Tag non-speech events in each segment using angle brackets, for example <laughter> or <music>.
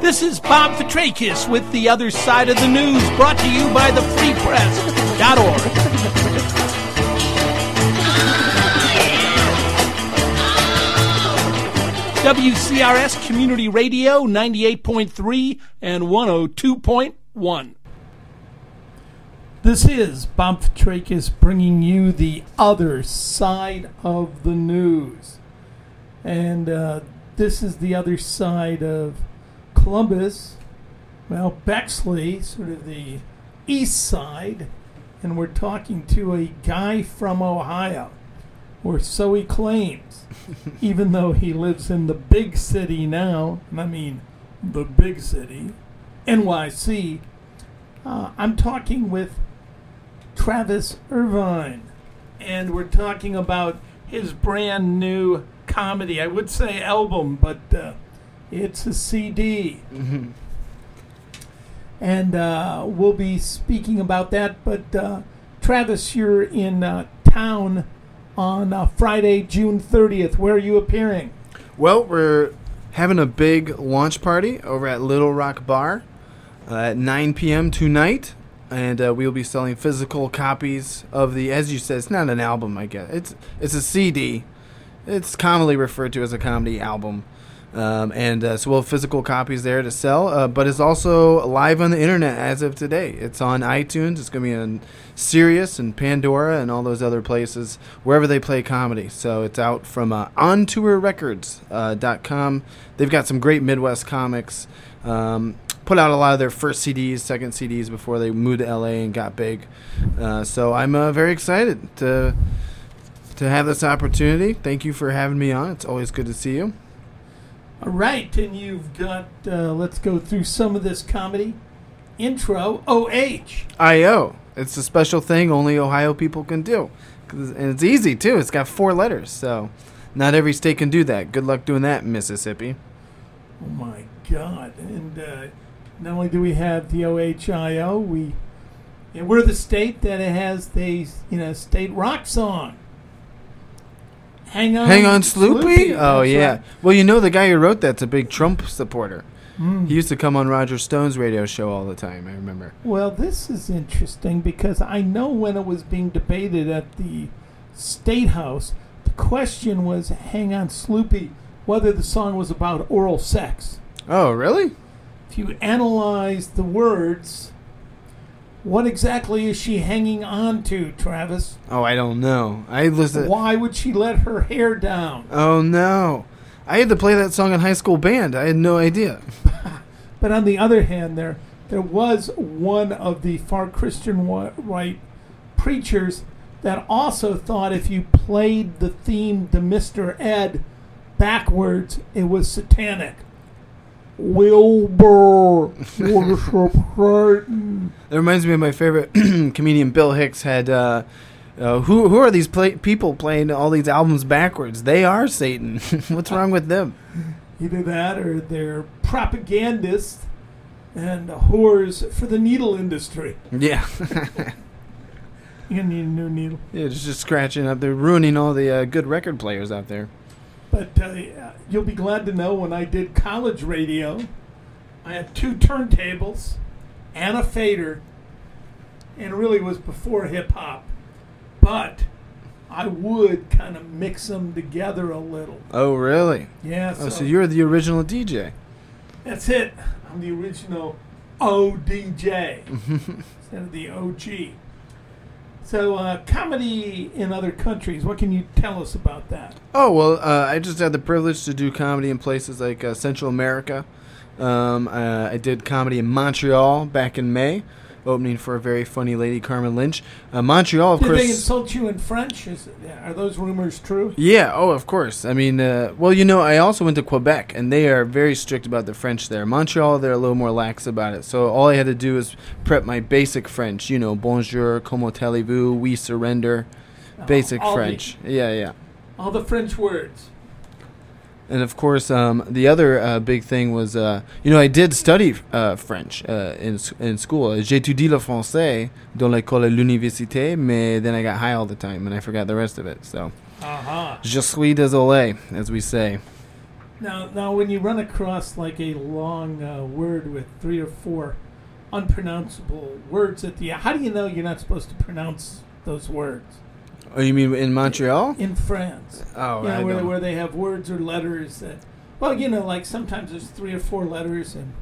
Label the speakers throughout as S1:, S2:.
S1: This is Bob Petrakis with The Other Side of the News, brought to you by the Free Press.org. WCRS Community Radio 98.3 and 102.1. This is Bob Petrakis bringing you the other side of the news. And uh, this is the other side of Columbus, well, Bexley, sort of the east side. And we're talking to a guy from Ohio, or so he claims, even though he lives in the big city now. And I mean, the big city, NYC. Uh, I'm talking with Travis Irvine, and we're talking about his brand new comedy. I would say album, but uh, it's a CD.
S2: Mm-hmm.
S1: And uh, we'll be speaking about that. But uh, Travis, you're in uh, town on uh, Friday, June 30th. Where are you appearing?
S2: Well, we're having a big launch party over at Little Rock Bar uh, at 9 p.m. tonight, and uh, we will be selling physical copies of the. As you said, it's not an album. I guess it's it's a CD. It's commonly referred to as a comedy album, um, and uh, so we'll have physical copies there to sell. Uh, but it's also live on the internet as of today. It's on iTunes. It's going to be on Sirius and Pandora and all those other places wherever they play comedy. So it's out from uh, ontourrecords.com. uh, They've got some great Midwest comics. Um, put out a lot of their first CDs, second CDs before they moved to LA and got big. Uh, so I'm uh, very excited to to have this opportunity. Thank you for having me on. It's always good to see you.
S1: All right, and you've got, uh, let's go through some of this comedy. Intro OH.
S2: IO. It's a special thing only Ohio people can do. 'Cause- And it's easy, too. It's got four letters, so not every state can do that. Good luck doing that, Mississippi.
S1: Oh my God! And uh, not only do we have the OHIO, we and we're the state that has the you know state rock song. Hang on,
S2: Hang on, Sloopy?
S1: Uh,
S2: Oh,
S1: That's
S2: yeah.
S1: right.
S2: Well, you know, the guy who wrote that's a big Trump supporter.
S1: Mm-hmm.
S2: He used to come on Roger Stone's radio show all the time, I remember.
S1: Well, this is interesting because I know when it was being debated at the state house, the question was "Hang on, Sloopy," whether the song was about oral sex.
S2: Oh, really?
S1: If you analyze the words, what exactly is she hanging on to, Travis?
S2: Oh, I don't know. I listened.
S1: Why would she let her hair down?
S2: Oh, no. I had to play that song in high school band. I had no idea.
S1: But on the other hand, there there was one of the far Christian wa- right preachers that also thought if you played the theme to Mister Ed backwards, it was satanic. Wilbur worship Satan.
S2: That reminds me of my favorite <clears throat> comedian Bill Hicks had. Uh, uh, who who are these play- people playing all these albums backwards? They are Satan. <laughs> What's wrong with them?
S1: Either that, or they're propagandists and whores for the needle industry.
S2: Yeah,
S1: You need a new needle.
S2: yeah, just, just scratching up. They're ruining all the uh, good record players out there.
S1: But uh, you'll be glad to know when I did college radio, I had two turntables and a fader, and it really was before hip hop. But I would kind of mix them together a little.
S2: Oh, really?
S1: Yeah, so,
S2: Oh, so you're the original DJ.
S1: that's it. I'm the original ODJ instead of the OG. So, uh, comedy in other countries, what can you tell us about that?
S2: Oh well, uh, I just had the privilege to do comedy in places like uh, Central America. Um, uh, I did comedy in Montreal back in May, opening for a very funny lady, Carmen Lynch. Uh, Montreal, of
S1: Did
S2: course.
S1: they insult you in French? Is, are those rumors true?
S2: Yeah. Oh, of course. I mean, uh, well, you know, I also went to Quebec, and they are very strict about the French there. Montreal, they're a little more lax about it. So all I had to do is prep my basic French. You know, bonjour, comment allez-vous, we surrender, basic
S1: Uh, Oh, all the-
S2: French. Yeah, yeah.
S1: All the French words.
S2: And of course, um, the other uh, big thing was, uh, you know, I did study uh, French uh, in s- in school. J'étudie le français dans l'école à l'université, mais then I got high all the time and I forgot the rest of it. So,
S1: Uh huh.
S2: je suis désolé, as we say.
S1: Now, now, when you run across like a long uh, word with three or four unpronounceable words at the end, how do you know you're not supposed to pronounce those words
S2: Oh, you mean in Montreal?
S1: in France?
S2: Oh,
S1: you know,
S2: I
S1: where,
S2: don't-
S1: where they have words or letters that, well, you know, like sometimes there's three or four letters
S2: <laughs>
S1: and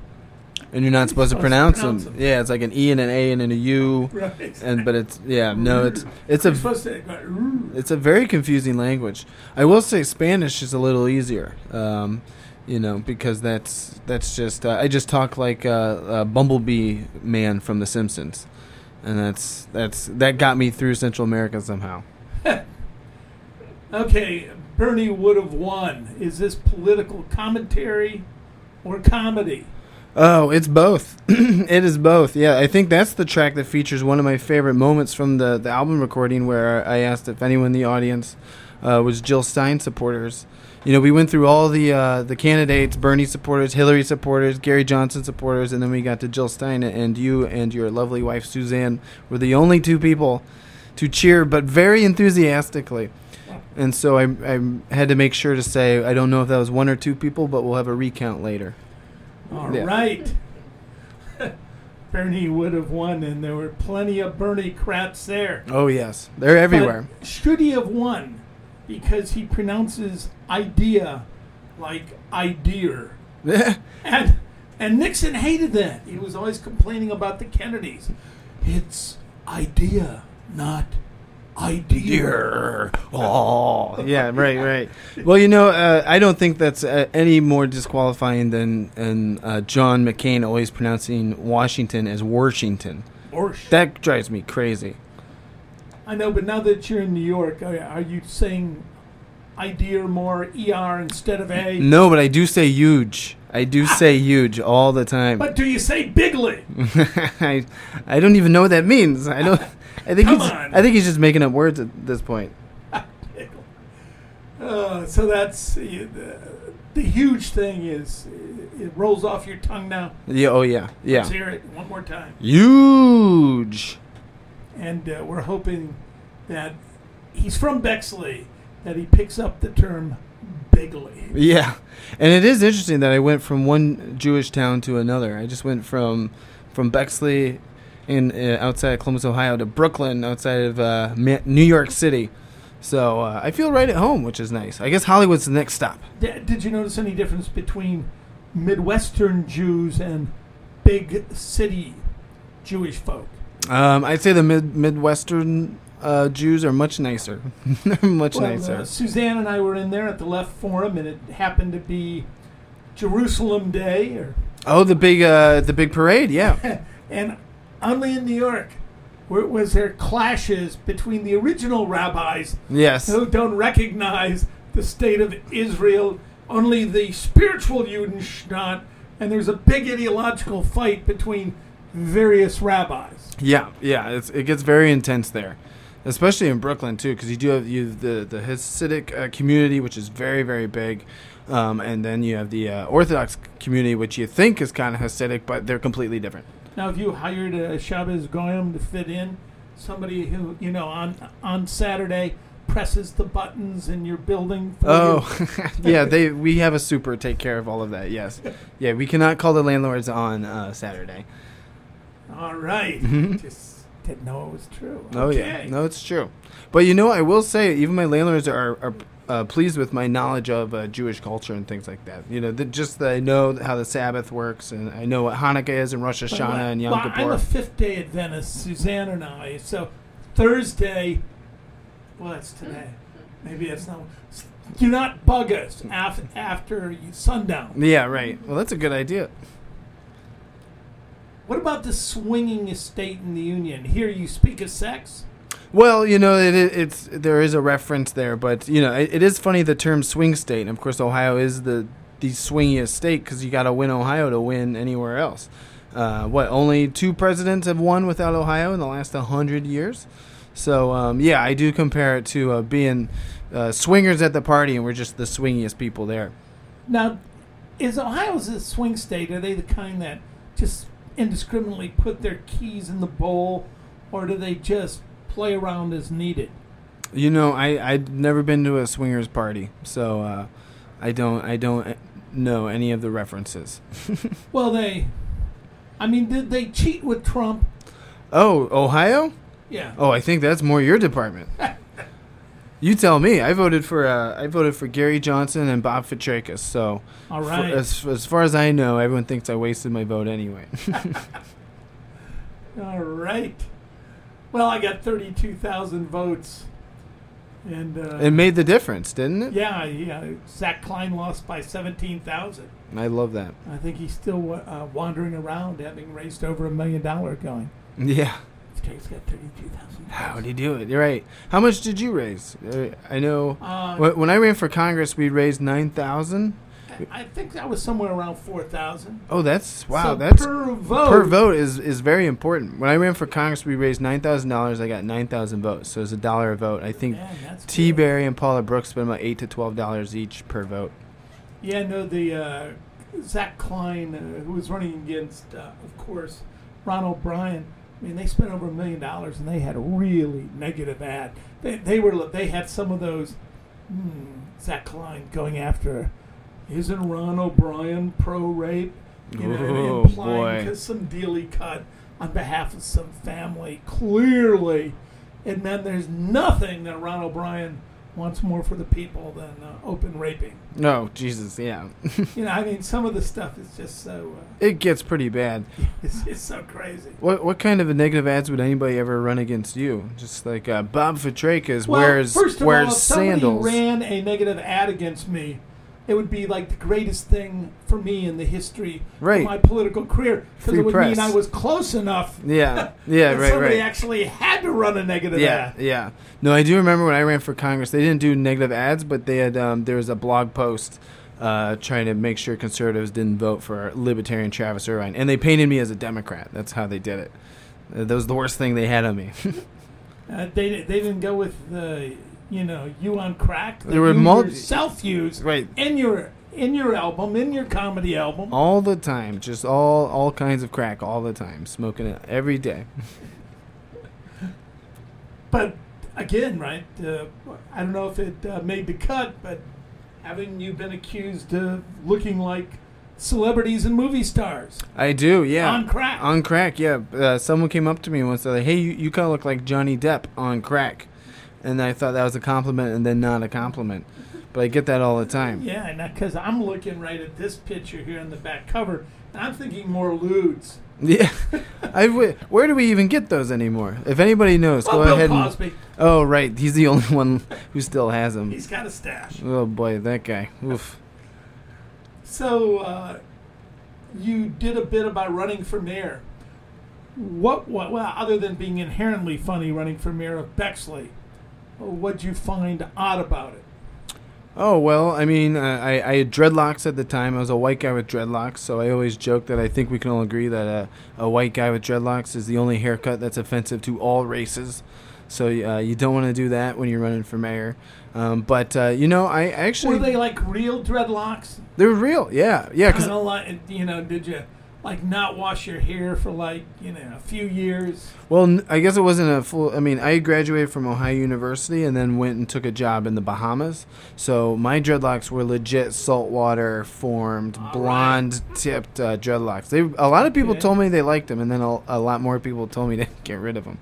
S1: <laughs>
S2: and you're not supposed to
S1: supposed to
S2: pronounce them.
S1: pronounce them.
S2: Yeah, it's like an E and an A and an a U,
S1: right.
S2: and but it's yeah, no, it's it's a
S1: You're supposed to go, "Ooh."
S2: it's a very confusing language. I will say Spanish is a little easier, um, you know, because that's that's just uh, I just talk like uh, a bumblebee man from The Simpsons, and that's that's that got me through Central America somehow.
S1: Okay, Bernie would have won. Is this political commentary or comedy?
S2: Oh, it's both. <clears throat> it is both. Yeah, I think that's the track that features one of my favorite moments from the, the album recording where I asked if anyone in the audience uh, was Jill Stein supporters. You know, we went through all the uh, the candidates, Bernie supporters, Hillary supporters, Gary Johnson supporters, and then we got to Jill Stein and you and your lovely wife Suzanne were the only two people to cheer but very enthusiastically. And so I, I had to make sure to say I don't know if that was one or two people, but we'll have a recount later.
S1: All right, <laughs>
S2: Yeah.
S1: Bernie would have won, and there were plenty of Bernie craps there.
S2: Oh yes, they're everywhere. <laughs>
S1: But should he have won? Because he pronounces idea like idea. And, and Nixon hated that. He was always complaining about the Kennedys. It's idea, not idea.
S2: Oh, <laughs> yeah, right, right. Well, you know, uh, I don't think that's uh, any more disqualifying than and, uh, John McCain always pronouncing Washington as Washington.
S1: Or
S2: That drives me crazy.
S1: I know, but now that you're in New York, are, are you saying idea more er instead of a?
S2: No, but I do say huge. I do say huge all the time.
S1: But do you say bigly?
S2: <laughs>
S1: <laughs>
S2: I, I don't even know what that means. I don't. I think
S1: Come
S2: he's.
S1: on.
S2: I think he's just making up words at this point.
S1: Uh, so that's uh, the, the huge thing is uh, it rolls off your tongue now.
S2: Yeah. Oh yeah. Yeah.
S1: Let's hear it one more time,
S2: Huge.
S1: and uh, we're hoping that he's from Bexley that he picks up the term bigly.
S2: Yeah, and it is interesting that I went from one Jewish town to another. I just went from from Bexley, in uh, outside of Columbus, Ohio, to Brooklyn, outside of uh, Ma- New York City. So uh, I feel right at home, which is nice. I guess Hollywood's the next stop.
S1: D- did you notice any difference between Midwestern Jews and big city Jewish folk?
S2: Um, I'd say the mid- Midwestern uh, Jews are much nicer. <laughs> They're much
S1: Well,
S2: nicer.
S1: uh, Suzanne and I were in there at the Left Forum, and it happened to be Jerusalem Day, or, <laughs>
S2: oh, the big uh, the big parade. Yeah.
S1: and only in New York where was there clashes between the original rabbis
S2: yes.
S1: who don't recognize the state of Israel, only the spiritual Judenstadt, and there's a big ideological fight between various rabbis.
S2: Yeah, yeah, it's, it gets very intense there, especially in Brooklyn too, because you do have you have the the Hasidic uh, community, which is very very big, um, and then you have the uh, Orthodox community, which you think is kind of Hasidic, but they're completely different.
S1: Now, if you hired a Shabbos Goyim to fit in, somebody who you know on on Saturday presses the buttons in your building. For you,
S2: Oh, <laughs> yeah, they we have a super take care of all of that. Yes, yeah, we cannot call the landlords on uh, Saturday.
S1: all right. Just didn't know it was true.
S2: Mm-hmm. Oh
S1: okay.
S2: yeah, no, it's true. But you know, I will say, even my landlords are are uh, pleased with my knowledge of uh, Jewish culture and things like that. You know, that just that I know how the Sabbath works, and I know what Hanukkah is, and Rosh
S1: By
S2: Hashanah,
S1: the way,
S2: and Yom
S1: well, I'm
S2: Kippur.
S1: a fifth day Adventist, Suzanne and I. So Thursday, well, it's today. Maybe it's not. Do not bug us af- after sundown.
S2: yeah, right. Well, that's a good idea.
S1: What about the swinging estate in the Union? Here you speak of sex.
S2: Well, you know, it, it, it's there is a reference there, but you know, it, it is funny the term swing state, and of course, Ohio is the the swingiest state because you got to win Ohio to win anywhere else. Uh, what only two presidents have won without Ohio in the last hundred years? So um, yeah, I do compare it to uh, being uh, swingers at the party, and we're just the swingiest people there.
S1: Now, is Ohio's a swing state? Are they the kind that just indiscriminately put their keys in the bowl, or do they just play around as needed?
S2: You know, I I've never been to a swingers party, so uh, I don't I don't know any of the references.
S1: Well, they, I mean, did they cheat with Trump?
S2: Oh, Ohio?
S1: Yeah.
S2: Oh, I think that's more your department.
S1: <laughs>
S2: you tell me. I voted for uh, I voted for Gary Johnson and Bob Petrakis. So
S1: All
S2: for-
S1: right.
S2: as as far as I know, everyone thinks I wasted my vote anyway.
S1: All right. Well, I got 32,000 votes. And, uh,
S2: it made the difference, didn't it?
S1: yeah, yeah, Zach Klein lost by 17,000.
S2: I love that.
S1: I think he's still uh, wandering around having raised over a million dollar going.
S2: Yeah.
S1: He's got 32,000.
S2: How would he do it? You're right. How much did you raise? Uh, I know
S1: Uh,
S2: wh- when I ran for Congress, we raised nine thousand.
S1: I think that was somewhere around 4,000.
S2: Oh, that's wow.
S1: So
S2: that's
S1: per vote.
S2: per vote is, is very important. When I ran for Congress, we raised nine thousand dollars. I got nine thousand votes, so it's a dollar a vote. I think
S1: Man, that's
S2: T.
S1: good.
S2: Barry and Paula Brooks spent about eight to twelve dollars each per vote.
S1: Yeah, no, the uh, Zach Klein, uh, who was running against, uh, of course, Ron O'Brien. I mean, they spent over a million dollars, and they had a really negative ad. They, they were they had some of those hmm, Zach Klein going after. Isn't Ron O'Brien pro rape? You know, and
S2: Oh,
S1: implying
S2: boy.
S1: to some deal he cut on behalf of some family, clearly. And then there's nothing that Ron O'Brien wants more for the people than uh, open raping.
S2: No, Jesus, yeah, <laughs>
S1: You know, I mean, some of the stuff is just so uh,
S2: it gets pretty bad.
S1: it's just so <laughs> crazy.
S2: What what kind of a negative ads would anybody ever run against you? Just like uh, Bob Fetrakis wears
S1: first of
S2: wears
S1: all, if
S2: sandals.
S1: somebody ran a negative ad against me, it would be like the greatest thing for me in the history
S2: Right.
S1: of my political career because
S2: Free
S1: it would
S2: press.
S1: mean I was close enough <laughs>
S2: yeah, yeah,
S1: that
S2: right,
S1: somebody
S2: right.
S1: actually had to run a negative
S2: Yeah,
S1: ad.
S2: yeah. No, I do remember when I ran for Congress, they didn't do negative ads, but they had um, there was a blog post uh, trying to make sure conservatives didn't vote for libertarian Travis Irvine, and they painted me as a Democrat. That's how they did it. Uh, that was the worst thing they had on me. <laughs>
S1: Uh, they they didn't go with the you know you on crack. that
S2: There were
S1: you
S2: mul-
S1: yourself use
S2: right,
S1: in your in your album in your comedy album.
S2: all the time, just all all kinds of crack, all the time, smoking it every day.
S1: But again, right? Uh, I don't know if it uh, made the cut, but haven't you been accused of looking like celebrities and movie stars
S2: I do, yeah.
S1: on crack?
S2: On crack, yeah. Uh, someone came up to me once. They're like, "Hey, you, you kind of look like Johnny Depp on crack," and I thought that was a compliment, and then not a compliment. But I get that all the time.
S1: yeah, and because I'm looking right at this picture here on the back cover, and I'm thinking more lewds.
S2: <laughs> Yeah. I w- where do we even get those anymore? If anybody knows,
S1: Well,
S2: go
S1: Bill
S2: ahead. And,
S1: Cosby,
S2: oh, right. He's the <laughs> only one who still has them.
S1: he's got a stash.
S2: Oh boy, that guy. Oof.
S1: So uh, you did a bit about running for mayor. What, what, well, other than being inherently funny running for mayor of Bexley, what'd you find odd about it?
S2: Oh well, I mean, uh, I I had dreadlocks at the time. I was a white guy with dreadlocks, so I always joke that I think we can all agree that uh, a white guy with dreadlocks is the only haircut that's offensive to all races. So uh, you don't want to do that when you're running for mayor. Um, but uh, you know, I actually
S1: Were they like real dreadlocks?
S2: they were real. Yeah, yeah,
S1: Kind
S2: because
S1: of like you know, did you like not wash your hair for like you know a few years?
S2: Well, n- I guess it wasn't a full. I mean, I graduated from Ohio University and then went and took a job in the Bahamas. So my dreadlocks were legit saltwater formed,
S1: All
S2: blonde tipped uh, dreadlocks. They a lot of people
S1: Okay.
S2: told me they liked them, and then a, a lot more people told me <laughs> to get rid of them.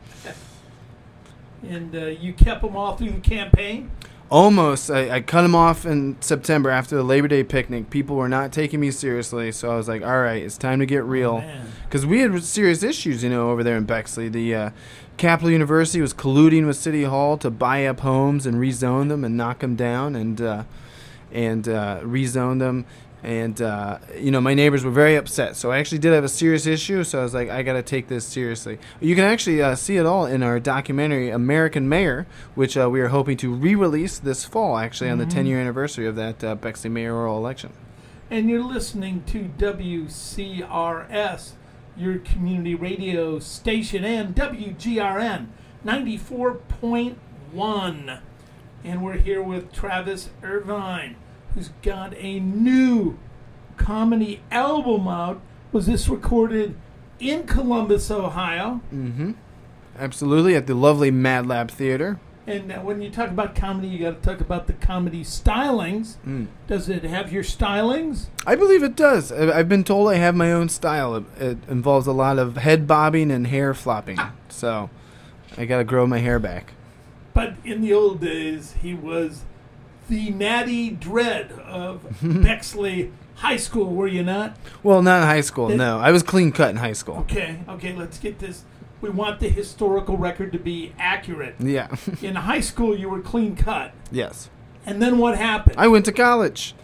S1: And uh, you kept them all through the campaign.
S2: Almost, I, I cut them off in September after the Labor Day picnic. People were not taking me seriously, so I was like, "All right, it's time to get real."
S1: Man.
S2: because we had serious issues, you know, over there in Bexley. The uh, Capital University was colluding with City Hall to buy up homes and rezone them and knock them down and uh, and uh, rezone them. And uh, you know, my neighbors were very upset. So I actually did have a serious issue. So I was like, I got to take this seriously. You can actually uh, see it all in our documentary, American Mayor, which uh, we are hoping to re-release this fall, actually, on the 10-year anniversary of that uh, Bexley mayoral election.
S1: And you're listening to WCRS, your community radio station, and WGRN 94.1. And we're here with Travis Irvine, who's got a new comedy album out. Was this recorded in Columbus, Ohio?
S2: Mm-hmm. Absolutely, at the lovely Mad Lab Theater.
S1: And uh, when you talk about comedy, you got to talk about the comedy stylings.
S2: Mm.
S1: Does it have your stylings?
S2: I believe it does. I- I've been told I have my own style. It, it involves a lot of head bobbing and hair flopping. So I got to grow my hair back.
S1: But in the old days, he was the natty dread
S2: <laughs>
S1: of Bexley High School, were you not?
S2: Well, not in high
S1: <laughs>
S2: school.
S1: It-
S2: No, I was clean cut in high school.
S1: Okay, okay, let's get this. We want the historical record to be
S2: <laughs>
S1: accurate.
S2: Yeah.
S1: In high school, you were clean cut.
S2: yes.
S1: And then what happened?
S2: I went to college,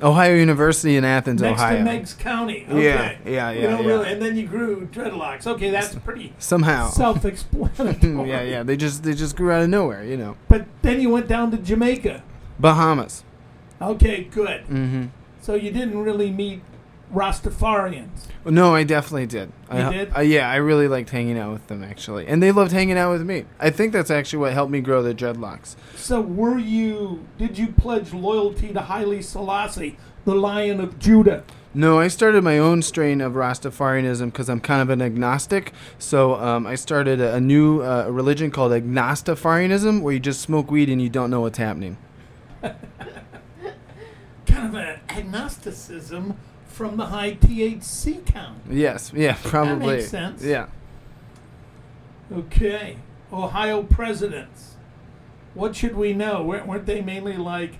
S2: Ohio University in Athens,
S1: Next
S2: Ohio.
S1: to Meigs County.
S2: Yeah,
S1: Okay.
S2: yeah,
S1: You
S2: yeah,
S1: know,
S2: yeah.
S1: really- and then you grew dreadlocks.
S2: <laughs>
S1: Okay, that's pretty
S2: Somehow.
S1: self explanatory.
S2: <laughs> yeah, yeah. They just they just grew out of nowhere, you know.
S1: But then you went down to Jamaica.
S2: Bahamas.
S1: Okay, good.
S2: Mm-hmm.
S1: So you didn't really meet Rastafarians.
S2: No, I definitely did.
S1: You
S2: I,
S1: did?
S2: I- yeah, I really liked hanging out with them actually, and they loved hanging out with me. I think that's actually what helped me grow the dreadlocks.
S1: So were you? Did you pledge loyalty to Haile Selassie, the Lion of Judah?
S2: No, I started my own strain of Rastafarianism because I'm kind of an agnostic. So um, I started a, a new uh, religion called Agnostafarianism, where you just smoke weed and you don't know what's happening.
S1: Kind of an agnosticism from the high THC count.
S2: Yes, <laughs> yeah, probably.
S1: makes sense.
S2: Yeah.
S1: Okay, Ohio presidents. What should we know? Wer- Weren't they mainly like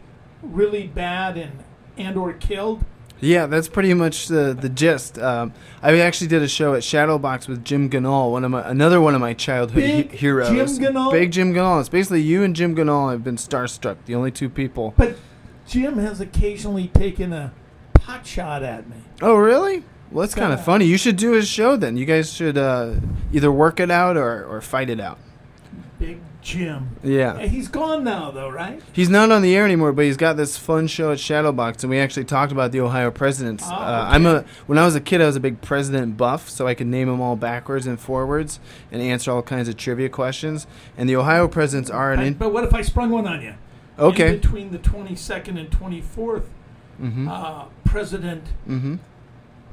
S1: really bad and and or killed?
S2: Yeah, that's pretty much the the gist. Um, I actually did a show at Shadowbox with Jim Ganol, one of my another one of my childhood he-
S1: Big
S2: heroes.
S1: Jim Ganol?
S2: Big Jim Ganol. It's basically you and Jim Ganol have been starstruck, the only two people.
S1: But Jim has occasionally taken a pot shot at me.
S2: Oh, really? Well, that's kind
S1: Yeah.
S2: of funny. You should do his show then. You guys should uh, either work it out or, or fight it out.
S1: Big Jim.
S2: Yeah.
S1: He's gone now, though, right?
S2: He's not on the air anymore, but he's got this fun show at Shadowbox, and we actually talked about the Ohio presidents.
S1: Oh,
S2: Uh,
S1: okay.
S2: I'm a when I was a kid, I was a big president buff, so I could name them all backwards and forwards and answer all kinds of trivia questions. And the Ohio presidents are an
S1: I-
S2: in-
S1: but what if I sprung one on you? In
S2: okay.
S1: between the 22nd and 24th,
S2: Mm-hmm.
S1: uh, president,
S2: Mm-hmm.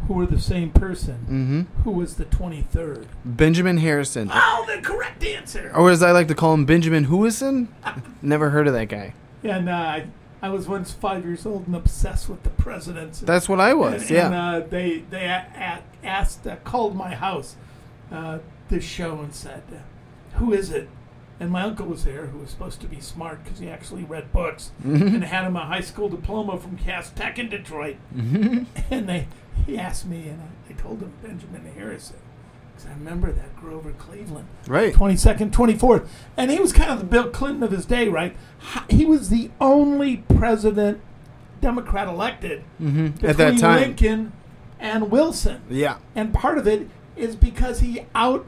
S1: who were the same person,
S2: Mm-hmm.
S1: who was the 23rd?
S2: Benjamin Harrison,
S1: Oh, the correct answer!
S2: or as I like to call him, Benjamin Hewison. Never heard of that guy.
S1: <laughs> And uh, I, I was once five years old and obsessed with the presidents.
S2: That's what I
S1: and,
S2: was. Yeah.
S1: And, uh, they they a- a- asked, uh, called my house uh, this show and said, uh, Who is it? And my uncle was there, who was supposed to be smart because he actually read books
S2: Mm-hmm.
S1: and had him a high school diploma from Cass Tech in Detroit. Mm-hmm. And they, he asked me, and I, I told him Benjamin Harrison, because I remember that Grover Cleveland,
S2: Right.
S1: 22nd, 24th. And he was kind of the Bill Clinton of his day, right? H- He was the only president, Democrat elected,
S2: hmm At
S1: between
S2: that time.
S1: Lincoln and Wilson.
S2: Yeah.
S1: And part of it is because he out,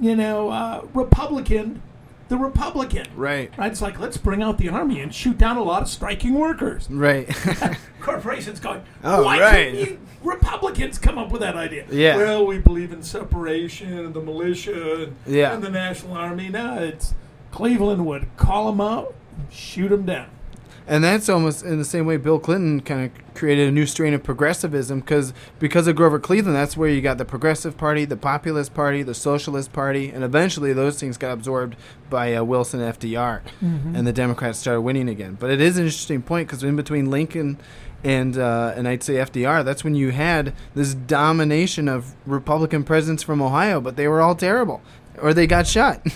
S1: you know, uh, Republican, the Republican.
S2: Right.
S1: Right? It's like, let's bring out the army and shoot down a lot of striking workers
S2: Right. <laughs>
S1: <laughs> corporations going,
S2: Oh,
S1: why
S2: right.
S1: couldn't you Republicans come up with that idea?
S2: Yeah.
S1: Well, we believe in separation and the militia and,
S2: Yeah.
S1: and the National Army. No, it's Cleveland would call them out, shoot them down.
S2: And that's almost in the same way Bill Clinton kind of created a new strain of progressivism because because of Grover Cleveland, that's where you got the Progressive Party, the Populist Party, the Socialist Party, and eventually those things got absorbed by uh, Wilson and FDR,
S1: Mm-hmm.
S2: and the Democrats started winning again. But it is an interesting point because in between Lincoln and uh, and I'd say FDR, that's when you had this domination of Republican presidents from Ohio, but they were all terrible, or they got shot.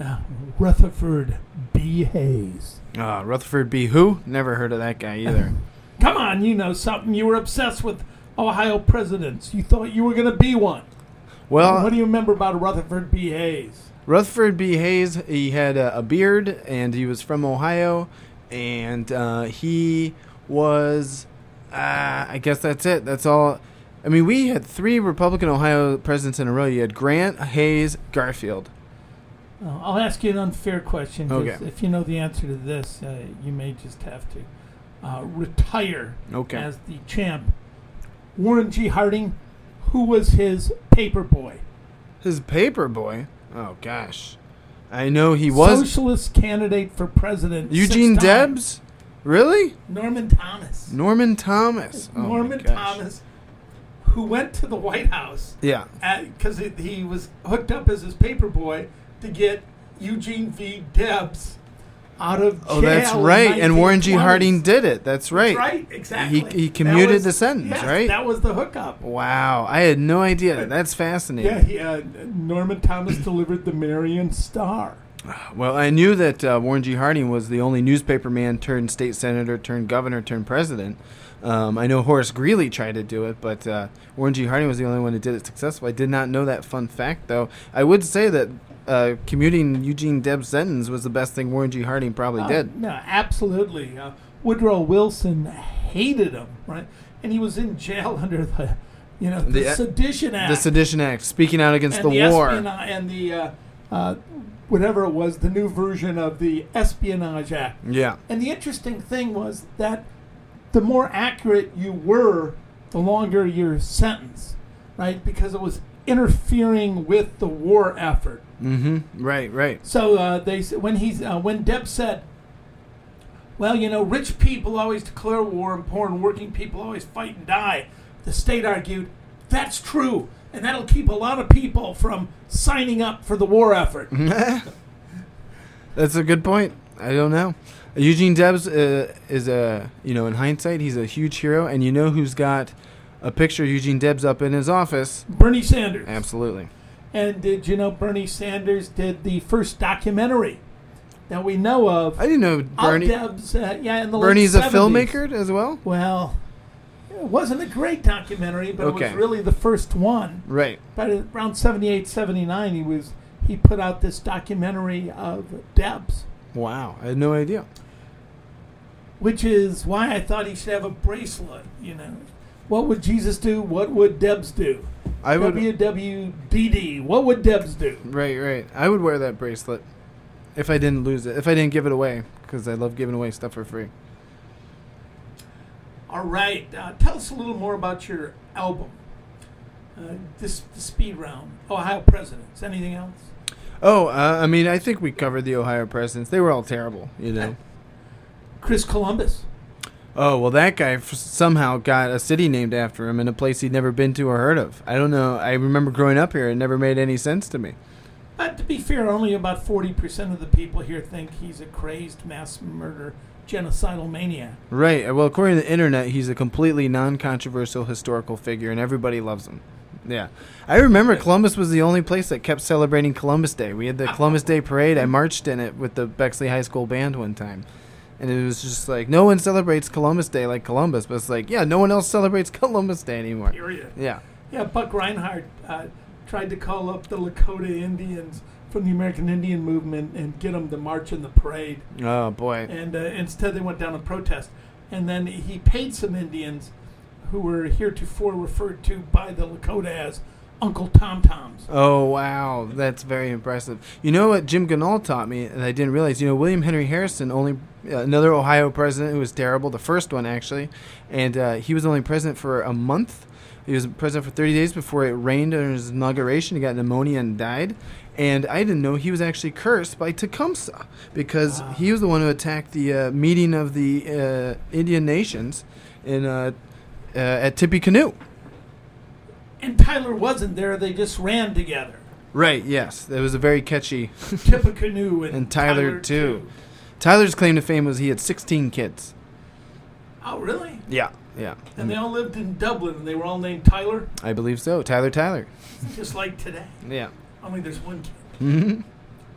S1: Uh, Rutherford B. Hayes.
S2: Ah, Rutherford B. Who? Never heard of that
S1: <laughs>
S2: guy either.
S1: Come on, you know something. You were obsessed with Ohio presidents. You thought you were going to be one.
S2: Well,
S1: what do you remember about Rutherford B. Hayes?
S2: Rutherford B. Hayes, he had a, a beard and he was from Ohio. And uh, he was, uh, I guess that's it. That's all. I mean, we had three Republican Ohio presidents in a row. You had Grant, Hayes, Garfield.
S1: Uh, I'll ask you an unfair question. 'cause
S2: Okay.
S1: If you know the answer to this, uh, you may just have to uh, retire
S2: Okay.
S1: as the champ. Warren G. Harding, who was his paper boy?
S2: His paper boy. Oh, gosh. I know he was.
S1: Socialist candidate for president. six
S2: Eugene
S1: times.
S2: Debs? Really?
S1: Norman Thomas.
S2: Norman Thomas. Oh, my
S1: Norman
S2: gosh.
S1: Thomas, who went to the White House
S2: Yeah.
S1: because he was hooked up as his paper boy to get Eugene V. Debs out of
S2: Oh,
S1: jail
S2: that's
S1: in
S2: right. And Warren G.
S1: 1920s.
S2: Harding did it. That's right.
S1: That's right, exactly.
S2: He- he
S1: That
S2: commuted
S1: was-
S2: the sentence,
S1: yes,
S2: right?
S1: That was the hookup.
S2: Wow, I had no idea. That's
S1: Yeah,
S2: fascinating.
S1: he, uh, Norman Thomas delivered the Marion Star.
S2: Well, I knew that uh, Warren G. Harding was the only newspaper man turned state senator turned governor turned president. Um, I know Horace Greeley tried to do it, but uh, Warren G. Harding was the only one who did it successfully. I did not know that fun fact, though. I would say that uh, commuting Eugene Debs' sentence was the best thing Warren G. Harding probably
S1: Uh,
S2: did.
S1: No, absolutely. Uh, Woodrow Wilson hated him, right? And he was in jail <laughs> under the, you know, the,
S2: The, uh,
S1: Sedition Act,
S2: The Sedition Act, speaking out against
S1: and
S2: the, war.
S1: espion- and the uh, uh, whatever it was, the new version of the Espionage Act.
S2: Yeah.
S1: And the interesting thing was that the more accurate you were, the longer your sentence, right? Because it was interfering with the war effort.
S2: Mm-hmm. Right. Right.
S1: So uh, they s- when he's uh, when Deb said, "Well, you know, rich people always declare war, and poor and working people always fight and die." The state argued, "That's true, and that'll keep a lot of people from signing up for the war effort."
S2: That's a good point. I don't know. Eugene Debs uh, is a you know in hindsight he's a huge hero, and you know who's got a picture of Eugene Debs up in his office.
S1: Bernie Sanders.
S2: Absolutely.
S1: And did you know Bernie Sanders did the first documentary that we know of?
S2: I didn't know
S1: of
S2: Bernie.
S1: Debs, uh, yeah, in the late
S2: Bernie's a
S1: 70s.
S2: filmmaker as well.
S1: Well, it wasn't a great documentary, but it
S2: Okay.
S1: was really the first one.
S2: Right.
S1: But around 78, 79, he was he put out this documentary of Debs,
S2: Wow. I had no idea.
S1: which is why I thought he should have a bracelet. You know, what would Jesus do? What would Debs do?
S2: I would.
S1: WWDD. What would Debs do?
S2: Right. Right. I would wear that bracelet if I didn't lose it. If I didn't give it away, because I love giving away stuff for free.
S1: All right, uh, tell us a little more about your album. Uh, this the speed round, Ohio presidents. Anything else?
S2: Oh, uh, I mean, I think we covered the Ohio presidents. They were all terrible, you know.
S1: Chris Columbus.
S2: Oh well, that guy f- somehow got a city named after him in a place he'd never been to or heard of. I don't know. I remember growing up here; it never made any sense to me.
S1: But to be fair, only about 40% of the people here think he's a crazed mass murder genocidal maniac.
S2: Right. uh, Well, according to the internet, he's a completely non-controversial historical figure, and everybody loves him. Yeah, I remember Columbus was the only place that kept celebrating Columbus Day. We had the Columbus Day parade. I marched in it with the Bexley High School band one time, and it was just like no one celebrates Columbus Day like Columbus, but it's like yeah, no one else celebrates <laughs> Columbus Day anymore.
S1: Period.
S2: Yeah.
S1: Yeah, Buck Reinhardt uh, tried to call up the Lakota Indians from the American Indian movement and get them to march in the parade.
S2: Oh boy.
S1: And uh, instead, they went down and protest. And then he paid some Indians who were heretofore referred to by the Lakota as Uncle Tom Toms.
S2: Oh wow, that's very impressive. You know what Jim Ganahl taught me, and I didn't realize. You know William Henry Harrison, only uh, another Ohio president who was terrible, the first one actually, and uh, he was only president for a month. He was president for 30 days before it rained on his inauguration. He got pneumonia and died. And I didn't know he was actually cursed by Tecumseh because
S1: Wow.
S2: he was the one who attacked the uh, meeting of the uh, Indian nations in uh, uh, at Tippecanoe.
S1: And Tyler wasn't there, they just ran together.
S2: Right. Yes, that was a very catchy
S1: Tippecanoe and,
S2: And Tyler, too. Tyler's claim to fame was he had 16 kids.
S1: Oh, really?
S2: Yeah. Yeah.
S1: And they all lived in Dublin, and they were all named Tyler,
S2: I believe so. Tyler Tyler.
S1: just like today.
S2: Yeah.
S1: Only there's one kid.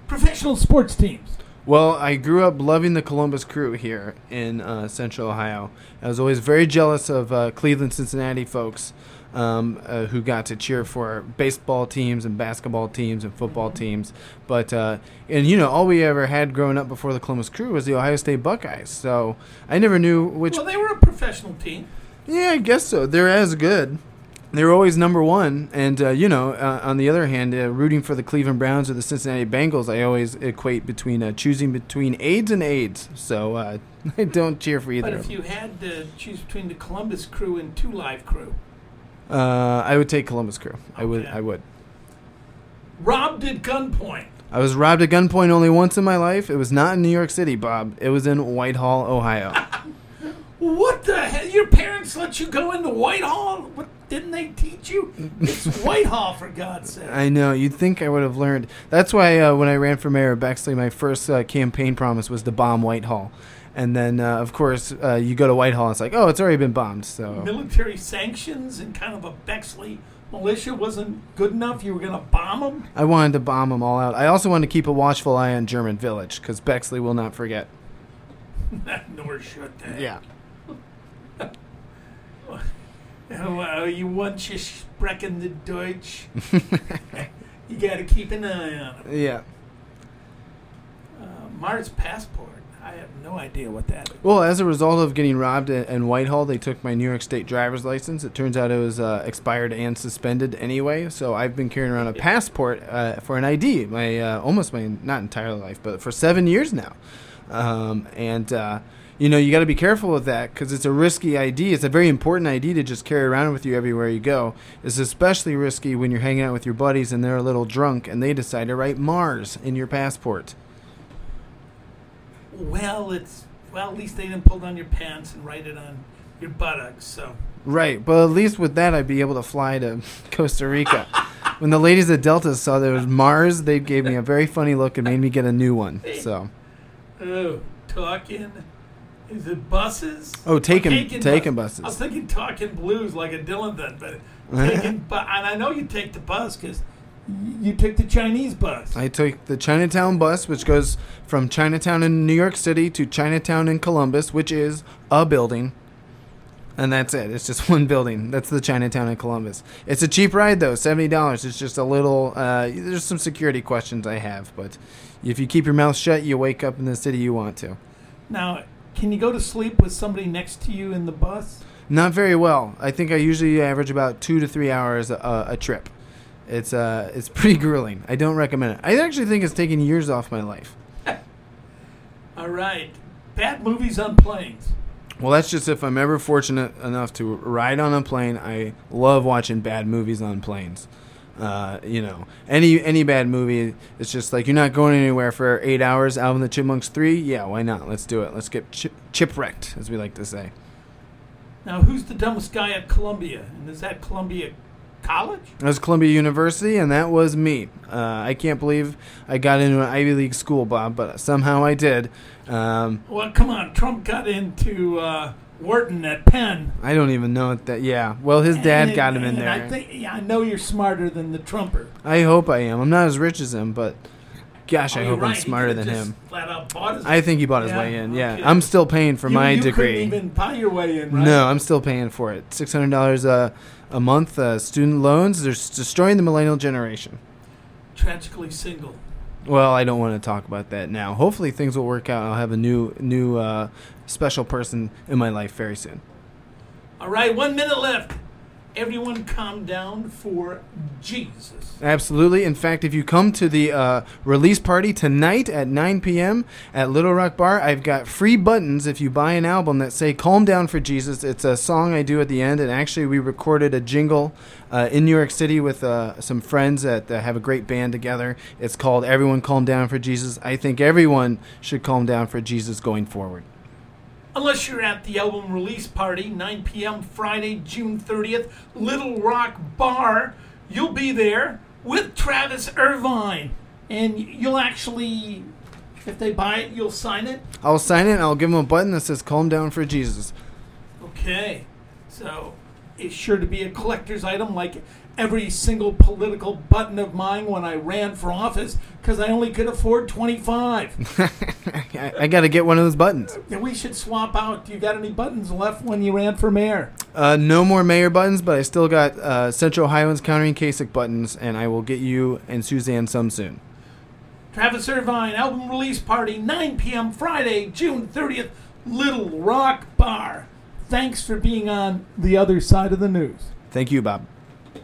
S1: Professional sports teams.
S2: Mm-hmm. Well, I grew up loving the Columbus crew here in uh, Central Ohio. I was always very jealous of uh, Cleveland, Cincinnati folks um, uh, who got to cheer for baseball teams and basketball teams and football teams. But uh, and you know all we ever had growing up before the Columbus crew was the Ohio State Buckeyes. So I never knew which
S1: Well, they were a professional team.
S2: Yeah, I guess so. They're as good. They're always number one. And, uh, you know, uh, on the other hand, uh, rooting for the Cleveland Browns or the Cincinnati Bengals, I always equate between uh, choosing between AIDS and AIDS. So uh, <laughs> I don't cheer for
S1: But
S2: either
S1: if
S2: of them.
S1: you had to choose between the Columbus crew and Two Live crew,
S2: Uh, I would take Columbus Crew. I would.
S1: Okay.
S2: I would.
S1: robbed at gunpoint.
S2: I was robbed at gunpoint only once in my life. It was not in New York City, Bob. It was in Whitehall, Ohio.
S1: What the hell? Your parents let you go into Whitehall? What Didn't they teach you?
S2: <laughs>
S1: It's Whitehall, for God's sake.
S2: I know. You'd think I would have learned. That's why uh, when I ran for mayor of Bexley, my first uh, campaign promise was to bomb Whitehall. And then, uh, of course, uh, you go to Whitehall and it's like, oh, it's already been bombed. So
S1: Military sanctions and kind of a Bexley militia wasn't good enough. You were going to bomb them?
S2: I wanted to bomb them all out. I also wanted to keep a watchful eye on German Village because Bexley will not forget.
S1: <laughs> Nor should they.
S2: Yeah.
S1: Oh, wow, you want your sprechen the
S2: <laughs>
S1: Deutsch? you got to keep an eye on them.
S2: Yeah.
S1: Uh, Mars passport. I have no idea what that is.
S2: Well, as a result of getting robbed in, in Whitehall, they took my New York State driver's license. It turns out it was uh, expired and suspended anyway, so I've been carrying around a passport uh, for an ID my uh, almost my not entire life, but for seven years now. Um, and uh, you know you got to be careful with that because it's a risky ID. It's a very important ID to just carry around with you everywhere you go. It's especially risky when you're hanging out with your buddies and they're a little drunk and they decide to write Mars in your passport.
S1: Well, it's well. At least they didn't pull down your pants and write it on your buttocks. So
S2: Right, but at least with that, I'd be able to fly to <laughs> Costa Rica. when the ladies at Delta saw there was Mars, they gave me a very funny look and made me get a new one. So,
S1: Oh, talking. Is it buses?
S2: Oh, Taken-
S1: Or
S2: Taken buses.
S1: I was thinking talking blues like a Dylan then, but
S2: <laughs>
S1: taking bu- and I know you take the bus because you take the Chinese bus.
S2: I took the Chinatown bus, which goes from Chinatown in New York City to Chinatown in Columbus, which is a building. And that's it. It's just <laughs> one building. That's the Chinatown in Columbus. It's a cheap ride though, seventy dollars. It's just a little. Uh, there's some security questions I have, but if you keep your mouth shut, you wake up in the city you want to.
S1: now, can you go to sleep with somebody next to you in the bus?
S2: Not very well. I think I usually average about two to three hours a, a trip. It's uh, it's pretty <laughs> grueling. I don't recommend it. I actually think it's taking years off my life.
S1: All right, bad movies on planes.
S2: Well, that's just if I'm ever fortunate enough to ride on a plane. I love watching bad movies on planes. Uh, you know, any any bad movie, it's just like you're not going anywhere for eight hours. Alvin and the Chipmunks three, yeah, why not? Let's do it. Let's get chi- chip wrecked, as we like to say.
S1: Now, who's the dumbest guy at Columbia? And is that Columbia College?
S2: That was Columbia University, and that was me. Uh, I can't believe I got into an Ivy League school, Bob, but somehow I did. Um,
S1: Well, come on, Trump got into uh, Wharton at Penn.
S2: I don't even know what that. Yeah, well, his dad
S1: And-
S2: got him in
S1: and
S2: there. I,
S1: I think yeah, I know you're smarter than the Trumper.
S2: hope I am. I'm not as rich as him, but gosh, I
S1: Oh,
S2: hope
S1: you're right,
S2: I'm
S1: he
S2: smarter
S1: could've
S2: than
S1: just
S2: him.
S1: Flat out bought his.
S2: I think he bought his
S1: Yeah,
S2: way in. Yeah,
S1: okay.
S2: I'm still paying for
S1: You-
S2: my
S1: you
S2: degree.
S1: couldn't even buy your way in, right?
S2: No, I'm still paying for it. Six hundred dollars a a month. Uh, student loans. They're s- destroying the millennial generation.
S1: Tragically single.
S2: Well, I don't want to talk about that now. Hopefully things will work out. I'll have a new new uh, special person in my life very soon.
S1: All right, one minute left. Everyone, calm down for Jesus.
S2: Absolutely. In fact, if you come to the uh, release party tonight at 9 p.m. at Little Rock Bar, I've got free buttons if you buy an album that say "Calm Down for Jesus." It's a song I do at the end, and actually, we recorded a jingle uh, in New York City with uh, some friends that uh, have a great band together. It's called "Everyone Calm Down for Jesus." I think everyone should calm down for Jesus going forward.
S1: Unless you're at the album release party, 9 p.m. Friday, June 30th, Little Rock Bar. You'll be there with Travis Irvine. And you'll actually, if they buy it, you'll sign it.
S2: I'll sign it. and I'll give them a button that says "Calm Down for Jesus." <laughs>
S1: Okay. So it's sure to be a collector's item like every single political button of mine when I ran for office because I only could afford
S2: <laughs>
S1: 25.
S2: I, I got to get one of those buttons.
S1: and we should swap out. Do you got any buttons left when you ran for mayor?
S2: Uh, no more mayor buttons, but I still got uh, Central Highlands countering Kasich buttons, and I will get you and Suzanne some soon.
S1: Travis Irvine album release party, 9 p.m. Friday, June 30th, Little Rock Bar. Thanks for being on the other side of the news.
S2: Thank you, Bob.